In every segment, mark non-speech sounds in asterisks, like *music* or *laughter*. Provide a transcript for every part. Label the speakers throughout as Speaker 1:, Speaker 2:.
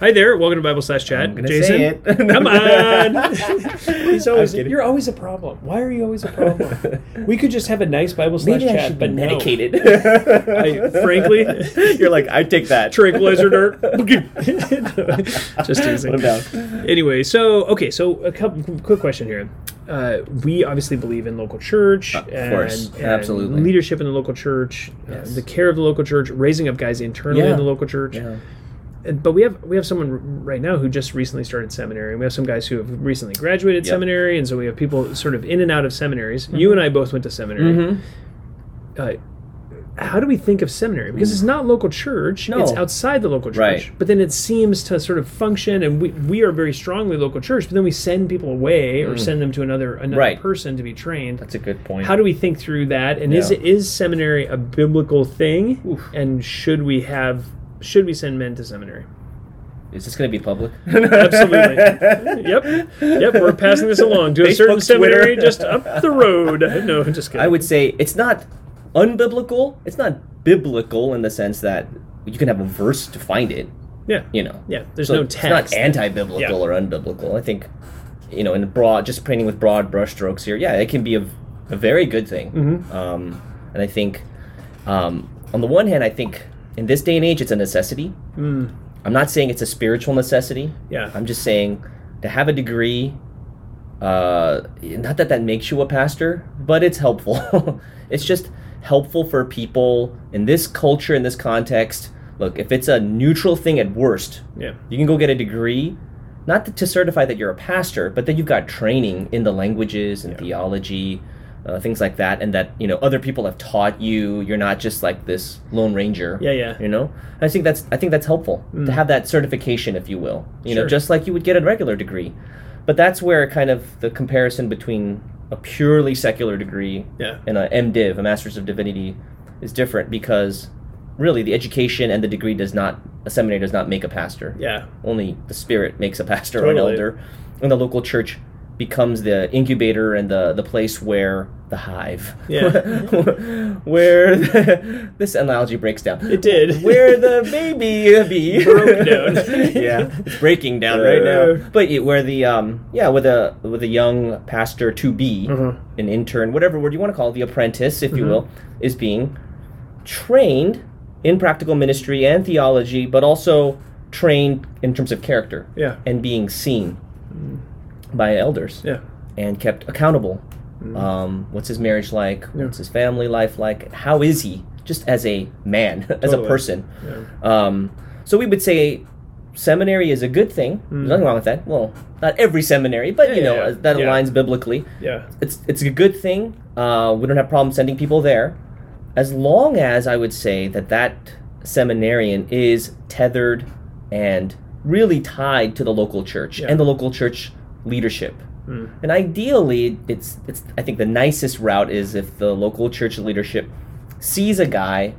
Speaker 1: Hi there, welcome to Bible Slash Chat.
Speaker 2: I'm gonna
Speaker 1: Jason,
Speaker 2: say
Speaker 1: *laughs*
Speaker 2: it.
Speaker 1: come on. *laughs* He's always,
Speaker 2: I'm kidding.
Speaker 1: you're always a problem. Why are you always a problem? *laughs* we could just have a nice Bible Slash
Speaker 2: Maybe I
Speaker 1: Chat,
Speaker 2: should be
Speaker 1: but no.
Speaker 2: *laughs* medicated.
Speaker 1: *laughs* I- *laughs* frankly-
Speaker 2: *laughs* you're like, I take that.
Speaker 1: Tranquilizer
Speaker 2: *laughs*
Speaker 1: dart. *laughs* Just teasing.
Speaker 2: Put 'em down.
Speaker 1: Anyway, so okay, so a couple quick question here. Uh, we obviously believe in local church,
Speaker 2: Of
Speaker 1: and,
Speaker 2: course,
Speaker 1: and
Speaker 2: absolutely.
Speaker 1: leadership in the local church, uh,
Speaker 2: Yes.
Speaker 1: the care of the local church, raising up guys internally
Speaker 2: Yeah.
Speaker 1: in the local church.
Speaker 2: Yeah.
Speaker 1: And, but we have we have someone r- right now who just recently started seminary, and we have some guys who have recently graduated
Speaker 2: Yep. Mm-hmm.
Speaker 1: seminary, and so we have people sort of in and out of seminaries. You and I both went to seminary uh, how do we think of seminary? Because it's not local church;
Speaker 2: Mm. No.
Speaker 1: it's outside the local church.
Speaker 2: Right.
Speaker 1: But then it seems to sort of function, and we we are very strongly local church. But then we send people away or send them to another another
Speaker 2: Mm. Right.
Speaker 1: person to be trained.
Speaker 2: That's a good point.
Speaker 1: How do we think through that? And is
Speaker 2: Yeah.
Speaker 1: is seminary a biblical thing?
Speaker 2: Oof.
Speaker 1: And should we have should we send men to seminary?
Speaker 2: Is this going to be *laughs* public?
Speaker 1: Absolutely.
Speaker 2: *laughs*
Speaker 1: yep. Yep. We're passing this along to a certain
Speaker 2: Facebook, Twitter.
Speaker 1: seminary just up the
Speaker 2: *laughs*
Speaker 1: road. No, I'm just kidding.
Speaker 2: I would say it's not unbiblical. It's not biblical in the sense that you can have a verse to find it.
Speaker 1: Yeah.
Speaker 2: You know.
Speaker 1: Yeah. There's
Speaker 2: So
Speaker 1: no
Speaker 2: it's
Speaker 1: text.
Speaker 2: not anti-biblical
Speaker 1: Yeah.
Speaker 2: or unbiblical. I think, you know, in broad, just painting with broad brushstrokes here. Yeah, it can be a, a very good thing.
Speaker 1: Mm-hmm.
Speaker 2: Um, and I think, um, on the one hand, I think in this day and age, it's a necessity.
Speaker 1: Mm.
Speaker 2: I'm not saying it's a spiritual necessity.
Speaker 1: Yeah.
Speaker 2: I'm just saying to have a degree. Uh, not that that makes you a pastor, but it's helpful. *laughs* it's just helpful for people in this culture, in this context. Look, if it's a neutral thing at worst,
Speaker 1: Yeah.
Speaker 2: you can go get a degree, not to, to certify that you're a pastor, but that you've got training in the languages and
Speaker 1: Yeah.
Speaker 2: theology, uh, things like that, and that you know other people have taught you. You're not just like this lone ranger.
Speaker 1: Yeah, yeah.
Speaker 2: You know, I think that's I think that's helpful
Speaker 1: Mm.
Speaker 2: to have that certification, if you will. You
Speaker 1: Sure.
Speaker 2: know, just like you would get a regular degree, but that's where kind of the comparison between a purely secular degree
Speaker 1: Yeah.
Speaker 2: and a MDiv, a Master's of Divinity, is different because really the education and the degree does not a seminary does not make a pastor.
Speaker 1: Yeah.
Speaker 2: Only the spirit makes a pastor or
Speaker 1: Totally.
Speaker 2: an elder, and the local church becomes the incubator and the the place where the hive,
Speaker 1: Yeah.
Speaker 2: *laughs* where the, this analogy breaks down.
Speaker 1: It did.
Speaker 2: where the baby
Speaker 1: *laughs*
Speaker 2: bee
Speaker 1: Broke down.
Speaker 2: *laughs* yeah, it's breaking down right
Speaker 1: Uh.
Speaker 2: now. But it, where the um yeah with a with a young pastor to be
Speaker 1: Mhm.
Speaker 2: an intern, whatever word you want to call it, the apprentice, if you
Speaker 1: Mhm.
Speaker 2: will, is being trained in practical ministry and theology, but also trained in terms of character
Speaker 1: Yeah.
Speaker 2: and being seen
Speaker 1: Mm.
Speaker 2: by elders
Speaker 1: Yeah.
Speaker 2: and kept accountable. Um, what's his marriage like?
Speaker 1: Mm. Yeah.
Speaker 2: What's his family life like? How is he just as a man, *laughs* as
Speaker 1: Totally.
Speaker 2: a person?
Speaker 1: Yeah.
Speaker 2: Um, so we would say seminary is a good thing.
Speaker 1: Mm.
Speaker 2: There's nothing wrong with that. Well, not every seminary, but
Speaker 1: Yeah,
Speaker 2: you
Speaker 1: yeah,
Speaker 2: know
Speaker 1: yeah.
Speaker 2: uh, that
Speaker 1: Yeah.
Speaker 2: aligns biblically.
Speaker 1: Yeah.
Speaker 2: It's it's a good thing. Uh, we don't have problem sending people there, as long as I would say that that seminarian is tethered and really tied to the local church
Speaker 1: Yeah.
Speaker 2: and the local church leadership.
Speaker 1: Mm.
Speaker 2: And ideally, it's it's I think the nicest route is if the local church leadership sees a guy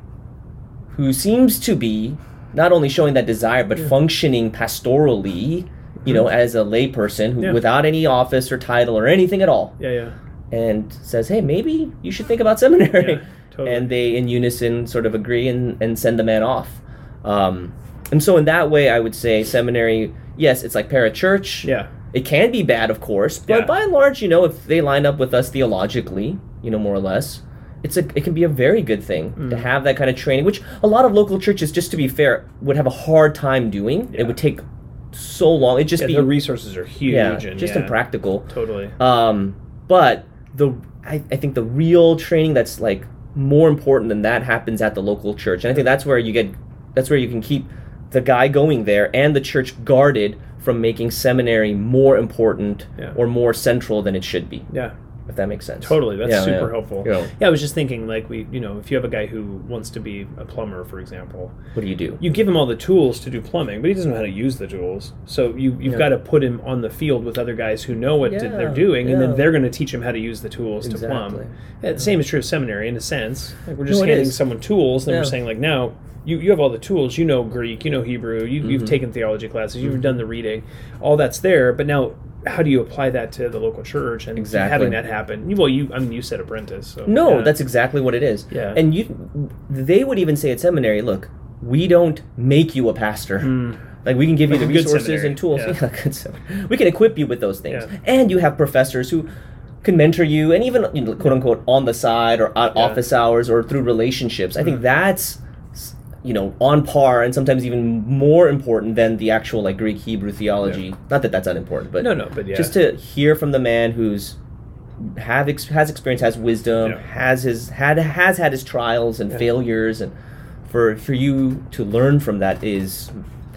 Speaker 2: who seems to be not only showing that desire but functioning pastorally, you know, as a layperson who
Speaker 1: Mm-hmm. Yeah.
Speaker 2: without any office or title or anything at all,
Speaker 1: Yeah. Yeah.
Speaker 2: and says, "Hey, maybe you should think about seminary."
Speaker 1: Yeah, totally.
Speaker 2: And they, in unison, sort of agree and, and send the man off. Um, and so, in that way, I would say seminary. Yes, it's like parachurch.
Speaker 1: Yeah.
Speaker 2: It can be bad, of course, but
Speaker 1: Yeah.
Speaker 2: by and large, you know, if they line up with us theologically, you know, more or less, it's a it can be a very good thing to
Speaker 1: Hmm.
Speaker 2: have that kind of training, which a lot of local churches, just to be fair, would have a hard time doing.
Speaker 1: Yeah.
Speaker 2: It would take so long. It'd just
Speaker 1: Yeah,
Speaker 2: be
Speaker 1: the resources are huge.
Speaker 2: yeah,
Speaker 1: and,
Speaker 2: just
Speaker 1: yeah,
Speaker 2: impractical.
Speaker 1: Totally.
Speaker 2: Um, but the I, I think the real training that's like more important than that happens at the local church, and I think that's where you get that's where you can keep the guy going there and the church guarded from making seminary more important
Speaker 1: Yeah.
Speaker 2: or more central than it should be.
Speaker 1: Yeah.
Speaker 2: If that makes sense.
Speaker 1: Totally. That's
Speaker 2: Yeah,
Speaker 1: super
Speaker 2: yeah.
Speaker 1: helpful.
Speaker 2: Yeah.
Speaker 1: I was just thinking, like, we, you know, if you have a guy who wants to be a plumber, for example,
Speaker 2: What do you do?
Speaker 1: you give him all the tools to do plumbing, but he doesn't know how to use the tools. So you you've
Speaker 2: Yeah.
Speaker 1: got to put him on the field with other guys who know what
Speaker 2: Yeah,
Speaker 1: they're doing, and then
Speaker 2: yeah.
Speaker 1: they're going to teach him how to use the tools to
Speaker 2: Exactly.
Speaker 1: plumb. Yeah, the same is true of seminary in a sense. Like we're just
Speaker 2: No, it
Speaker 1: handing
Speaker 2: is.
Speaker 1: someone tools, and then we're
Speaker 2: Yeah.
Speaker 1: saying like, now you, you have all the tools. You know Greek, you know Hebrew, you,
Speaker 2: Mm-hmm.
Speaker 1: you've taken theology classes, you've done the reading, all that's there. But now, how do you apply that to the local church and
Speaker 2: Exactly.
Speaker 1: having that happen? You, well, you I mean, you said apprentice. So,
Speaker 2: No,
Speaker 1: yeah.
Speaker 2: that's exactly what it is.
Speaker 1: Yeah. Hmm. Mm.
Speaker 2: And you they would even say at seminary, look, we don't make you a pastor. Like we can give
Speaker 1: Like
Speaker 2: you
Speaker 1: a
Speaker 2: the
Speaker 1: good
Speaker 2: resources
Speaker 1: seminary.
Speaker 2: and tools.
Speaker 1: Yeah.
Speaker 2: *laughs* Yeah. good seminary. We can equip you with those things,
Speaker 1: Yeah.
Speaker 2: and you have professors who can mentor you, and even you know, quote unquote on the side or out
Speaker 1: Yeah. Mm.
Speaker 2: office hours or through relationships. I think that's you know on par and sometimes even more important than the actual like Greek Hebrew theology. Not that that's unimportant, but
Speaker 1: No, no, but yeah.
Speaker 2: just to hear from the man who's have ex- has experience, has wisdom,
Speaker 1: Yeah.
Speaker 2: has his had has had his trials and
Speaker 1: Yeah.
Speaker 2: failures, and for for you to learn from that is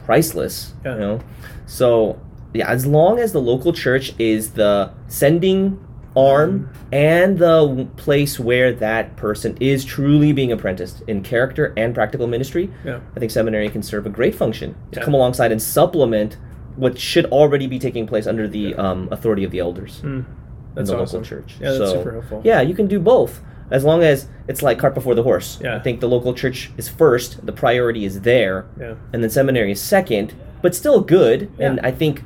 Speaker 2: priceless.
Speaker 1: Yeah.
Speaker 2: You know, so yeah, as long as the local church is the sending arm and the place where that person is truly being apprenticed in character and practical ministry,
Speaker 1: yeah.
Speaker 2: I think seminary can serve a great function to
Speaker 1: Yeah.
Speaker 2: come alongside and supplement what should already be taking place under the um, authority of the elders
Speaker 1: Mm.
Speaker 2: in
Speaker 1: That's
Speaker 2: the
Speaker 1: awesome.
Speaker 2: local church.
Speaker 1: Yeah, that's
Speaker 2: So,
Speaker 1: super helpful.
Speaker 2: Yeah, you can do both as long as it's like cart before the horse.
Speaker 1: Yeah.
Speaker 2: I think the local church is first, the priority is there,
Speaker 1: Yeah.
Speaker 2: and then seminary is second, but still good and
Speaker 1: Yeah.
Speaker 2: I think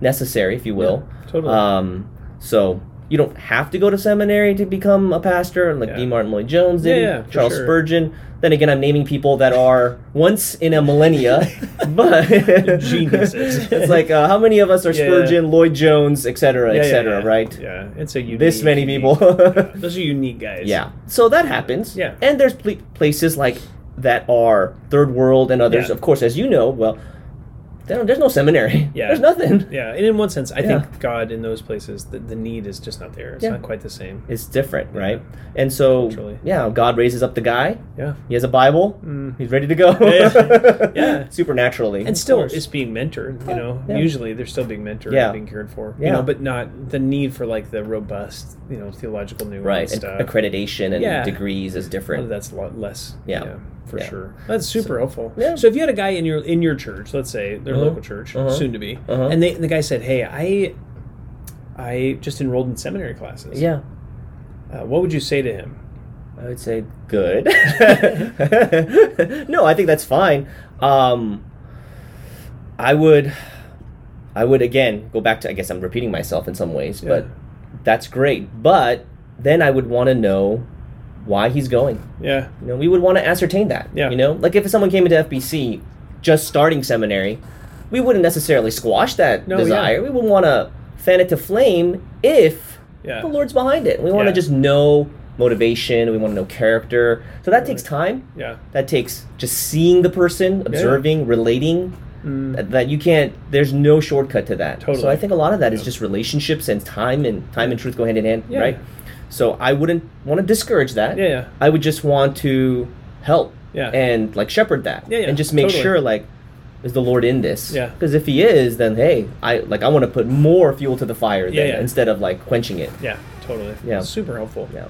Speaker 2: necessary, if you will.
Speaker 1: Yeah, totally.
Speaker 2: Um, so you don't have to go to seminary to become a pastor, and like
Speaker 1: Yeah.
Speaker 2: D. Martin Lloyd Jones
Speaker 1: Yeah,
Speaker 2: did,
Speaker 1: yeah, for
Speaker 2: Charles
Speaker 1: sure.
Speaker 2: Spurgeon. Then again, I'm naming people that are once in a
Speaker 1: *laughs*
Speaker 2: millennia, but
Speaker 1: Geniuses.
Speaker 2: *laughs* it's like uh, how many of us are
Speaker 1: Yeah.
Speaker 2: Spurgeon, Lloyd Jones, et cetera,
Speaker 1: Yeah,
Speaker 2: et
Speaker 1: yeah,
Speaker 2: cetera,
Speaker 1: yeah.
Speaker 2: right?
Speaker 1: Yeah, it's a unique.
Speaker 2: This many
Speaker 1: *laughs*
Speaker 2: people. *laughs*
Speaker 1: yeah. Those are unique guys.
Speaker 2: Yeah. So that happens.
Speaker 1: Yeah.
Speaker 2: And there's pl- places like that are third world and others,
Speaker 1: Yeah.
Speaker 2: of course, as you know. Well, there don't- there's no seminary. *laughs*
Speaker 1: Yeah.
Speaker 2: There's nothing.
Speaker 1: Yeah, and in one sense, I
Speaker 2: Yeah.
Speaker 1: think God in those places, the, the need is just not there. It's
Speaker 2: Yeah.
Speaker 1: not quite the same.
Speaker 2: It's different, right? And so,
Speaker 1: Culturally.
Speaker 2: yeah, God raises up the guy.
Speaker 1: Yeah.
Speaker 2: He has a Bible.
Speaker 1: Mm.
Speaker 2: He's ready to go.
Speaker 1: Yeah.
Speaker 2: *laughs*
Speaker 1: Yeah.
Speaker 2: Supernaturally.
Speaker 1: And
Speaker 2: of
Speaker 1: still,
Speaker 2: course.
Speaker 1: it's being mentored. You know,
Speaker 2: Yeah.
Speaker 1: usually they're still being mentored
Speaker 2: Yeah.
Speaker 1: and being cared for. You
Speaker 2: Yeah.
Speaker 1: know, but not the need for like the robust, you know, theological nuance
Speaker 2: right. And
Speaker 1: stuff.
Speaker 2: accreditation and
Speaker 1: Yeah.
Speaker 2: degrees is
Speaker 1: A lot of
Speaker 2: different.
Speaker 1: that's a lot less.
Speaker 2: Yeah.
Speaker 1: for
Speaker 2: Yeah.
Speaker 1: sure. That's super helpful.
Speaker 2: yeah.
Speaker 1: So if you had a guy in your in your church, let's say their
Speaker 2: Uh-huh.
Speaker 1: local church,
Speaker 2: Uh-huh.
Speaker 1: soon to be,
Speaker 2: Uh-huh.
Speaker 1: and they and the guy said, "Hey, I." I just enrolled in seminary classes.
Speaker 2: Yeah.
Speaker 1: Uh, what would you say to him?
Speaker 2: I would say good. *laughs* no, I think that's fine. Um, I would, I would again go back to. I guess I'm repeating myself in some ways, but
Speaker 1: Yeah.
Speaker 2: that's great. But then I would want to know why he's going.
Speaker 1: Yeah.
Speaker 2: You know, we would want to ascertain that.
Speaker 1: Yeah.
Speaker 2: You know, like if someone came into FBC just starting seminary, we wouldn't necessarily squash that
Speaker 1: No, yeah.
Speaker 2: desire. We would want to fan it to flame if
Speaker 1: Yeah.
Speaker 2: the Lord's behind it. We want
Speaker 1: Yeah.
Speaker 2: to just know motivation. We want to know character. So that takes time.
Speaker 1: Yeah.
Speaker 2: That takes just seeing the person, observing, relating.
Speaker 1: Mm.
Speaker 2: That that you can't. There's no shortcut to that. So
Speaker 1: Totally.
Speaker 2: I think a lot of that is
Speaker 1: Yeah.
Speaker 2: just relationships and time and time and truth go hand in hand,
Speaker 1: Yeah.
Speaker 2: right? So I wouldn't want to discourage that.
Speaker 1: Yeah, yeah.
Speaker 2: I would just want to help
Speaker 1: Yeah.
Speaker 2: and like shepherd that
Speaker 1: Yeah, yeah,
Speaker 2: and just make
Speaker 1: totally.
Speaker 2: sure like is the Lord in this?
Speaker 1: Yeah.
Speaker 2: Because if He is, then hey, I like I want to put more fuel to the fire
Speaker 1: Yeah,
Speaker 2: then,
Speaker 1: yeah.
Speaker 2: instead of like quenching it.
Speaker 1: Yeah, totally.
Speaker 2: Yeah.
Speaker 1: Super helpful.
Speaker 2: Yeah.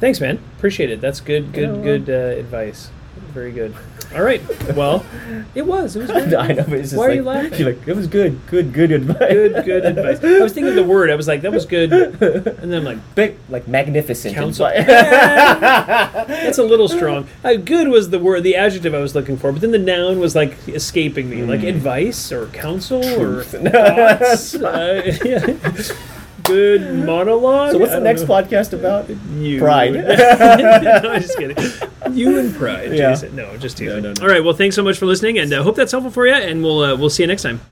Speaker 1: Thanks, man. Appreciate it. That's good, good,
Speaker 2: Yeah.
Speaker 1: good uh, advice. Very good. All right. Well, it was. It
Speaker 2: *laughs*
Speaker 1: was very
Speaker 2: I know, but it's just
Speaker 1: Why are
Speaker 2: like,
Speaker 1: you laughing?
Speaker 2: You're like, it was good, good, good advice.
Speaker 1: Good, good advice. I was thinking of the word. I was like, that was
Speaker 2: *laughs*
Speaker 1: good. And then I'm like,
Speaker 2: Big, like magnificent.
Speaker 1: Counsel.
Speaker 2: advice.
Speaker 1: *laughs* that's a little strong. Uh, good was the word, the adjective I was looking for, but then the noun was like escaping me, like advice or counsel
Speaker 2: Hmm. Truth.
Speaker 1: or thoughts. uh, *laughs* yeah. Good monologue.
Speaker 2: so what's
Speaker 1: I
Speaker 2: the
Speaker 1: don't
Speaker 2: next
Speaker 1: know.
Speaker 2: podcast about?
Speaker 1: You.
Speaker 2: Pride.
Speaker 1: *laughs* no, I'm just kidding. You and pride,
Speaker 2: Yeah.
Speaker 1: Jason. No, just teasing.
Speaker 2: no, no.
Speaker 1: All right. Well, thanks so much for listening, and uh, hope that's helpful for you. And we'll uh, we'll see you next time.